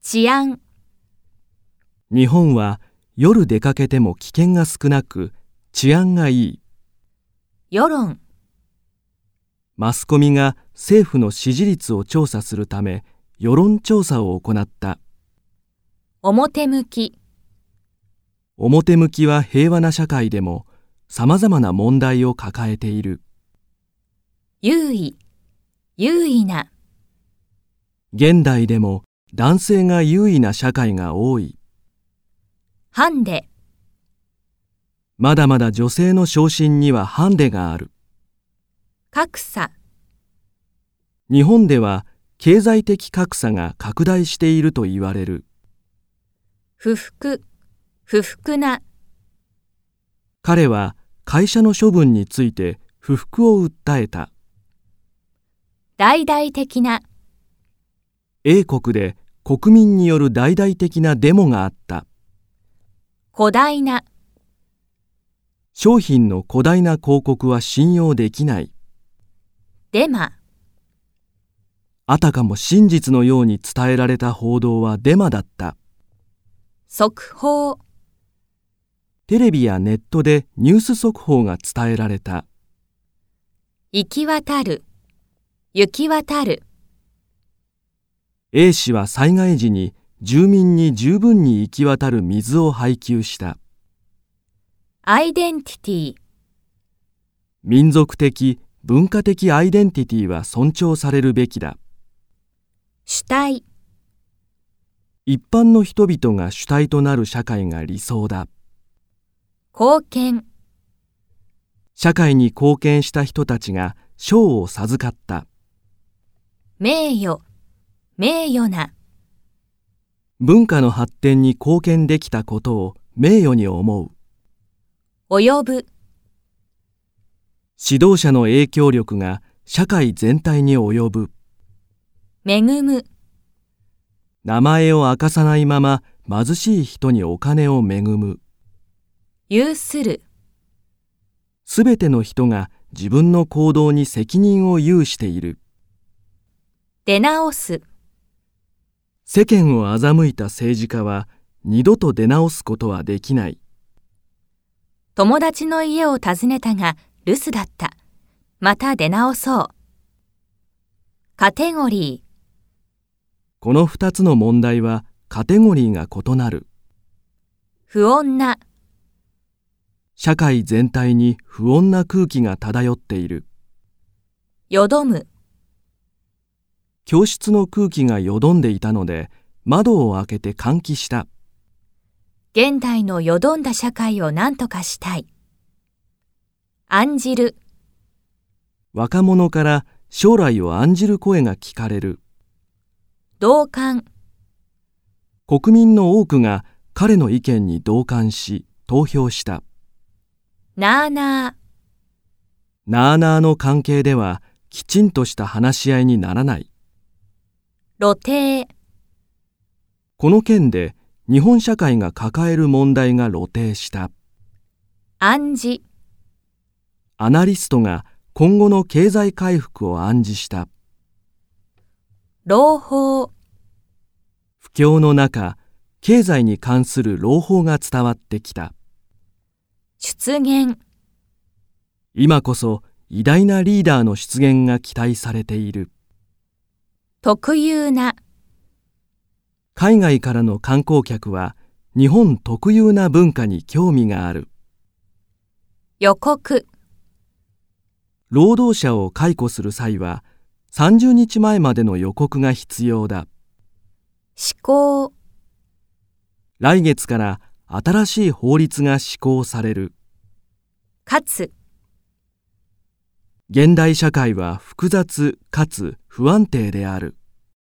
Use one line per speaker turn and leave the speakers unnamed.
治安、
日本は夜出かけても危険が少なく治安がいい。
世論、
マスコミが政府の支持率を調査するため世論調査を行った。
表向き、
表向きは平和な社会でも様々な問題を抱えている。
優位、優位な、
現代でも男性が優位な社会が多い。
ハンデ、
まだまだ女性の昇進にはハンデがある。
格差、
日本では経済的格差が拡大していると言われる。
不服、不服な、
彼は会社の処分について不服を訴えた。
大々的な、
英国で国民による大々的なデモがあった。
古代な、
商品の誇大な広告は信用できない。
デマ、
あたかも真実のように伝えられた報道はデマだった。
速報、
テレビやネットでニュース速報が伝えられた。
行き渡る、行き渡る、
A 氏は災害時に住民に十分に行き渡る水を配給した。
アイデンティティ、
民族的、文化的アイデンティティは尊重されるべきだ。
主体、
一般の人々が主体となる社会が理想だ。
貢献、
社会に貢献した人たちが賞を授かった。
名誉、名誉な、
文化の発展に貢献できたことを名誉に思う。
及ぶ、
指導者の影響力が社会全体に及ぶ。
恵む、
名前を明かさないまま貧しい人にお金を恵む。
有する、
すべての人が自分の行動に責任を有している。
出直す、
世間を欺いた政治家は二度と出直すことはできない。
友達の家を訪ねたが留守だった。また出直そう。カテゴリー、
この二つの問題はカテゴリーが異なる。
不穏な、
社会全体に不穏な空気が漂っている。
よどむ、
教室の空気がよどんでいたので、窓を開けて換気した。
現代のよどんだ社会を何とかしたい。案じる、
若者から将来を案じる声が聞かれる。
同感、
国民の多くが彼の意見に同感し、投票した。
なあなあ、
なあなあの関係では、きちんとした話し合いにならない。
露呈、
この件で、日本社会が抱える問題が露呈した。
暗示、
アナリストが今後の経済回復を暗示した。
朗報、
不況の中、経済に関する朗報が伝わってきた。
出現、
今こそ偉大なリーダーの出現が期待されている。
特有な、
海外からの観光客は日本特有な文化に興味がある。
予告、
労働者を解雇する際は30日前までの予告が必要だ。
施行、
来月から新しい法律が施行される。
かつ、
現代社会は複雑かつ不安定である。